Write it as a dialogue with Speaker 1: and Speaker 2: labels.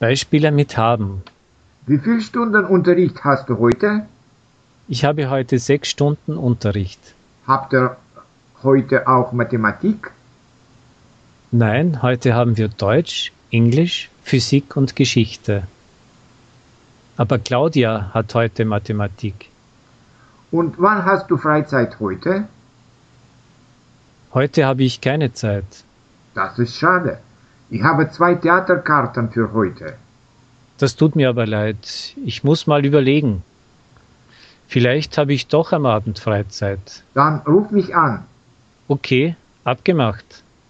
Speaker 1: Beispiele mit haben.
Speaker 2: Wie viel Stunden Unterricht hast du heute?
Speaker 1: Ich habe heute sechs Stunden Unterricht.
Speaker 2: Habt ihr heute auch Mathematik?
Speaker 1: Nein, heute haben wir Deutsch, Englisch, Physik und Geschichte. Aber Claudia hat heute Mathematik.
Speaker 2: Und wann hast du Freizeit heute?
Speaker 1: Heute habe ich keine Zeit.
Speaker 2: Das ist schade. Ich habe zwei Theaterkarten für heute.
Speaker 1: Das tut mir aber leid. Ich muss mal überlegen. Vielleicht habe ich doch am Abend Freizeit.
Speaker 2: Dann ruf mich an.
Speaker 1: Okay, abgemacht.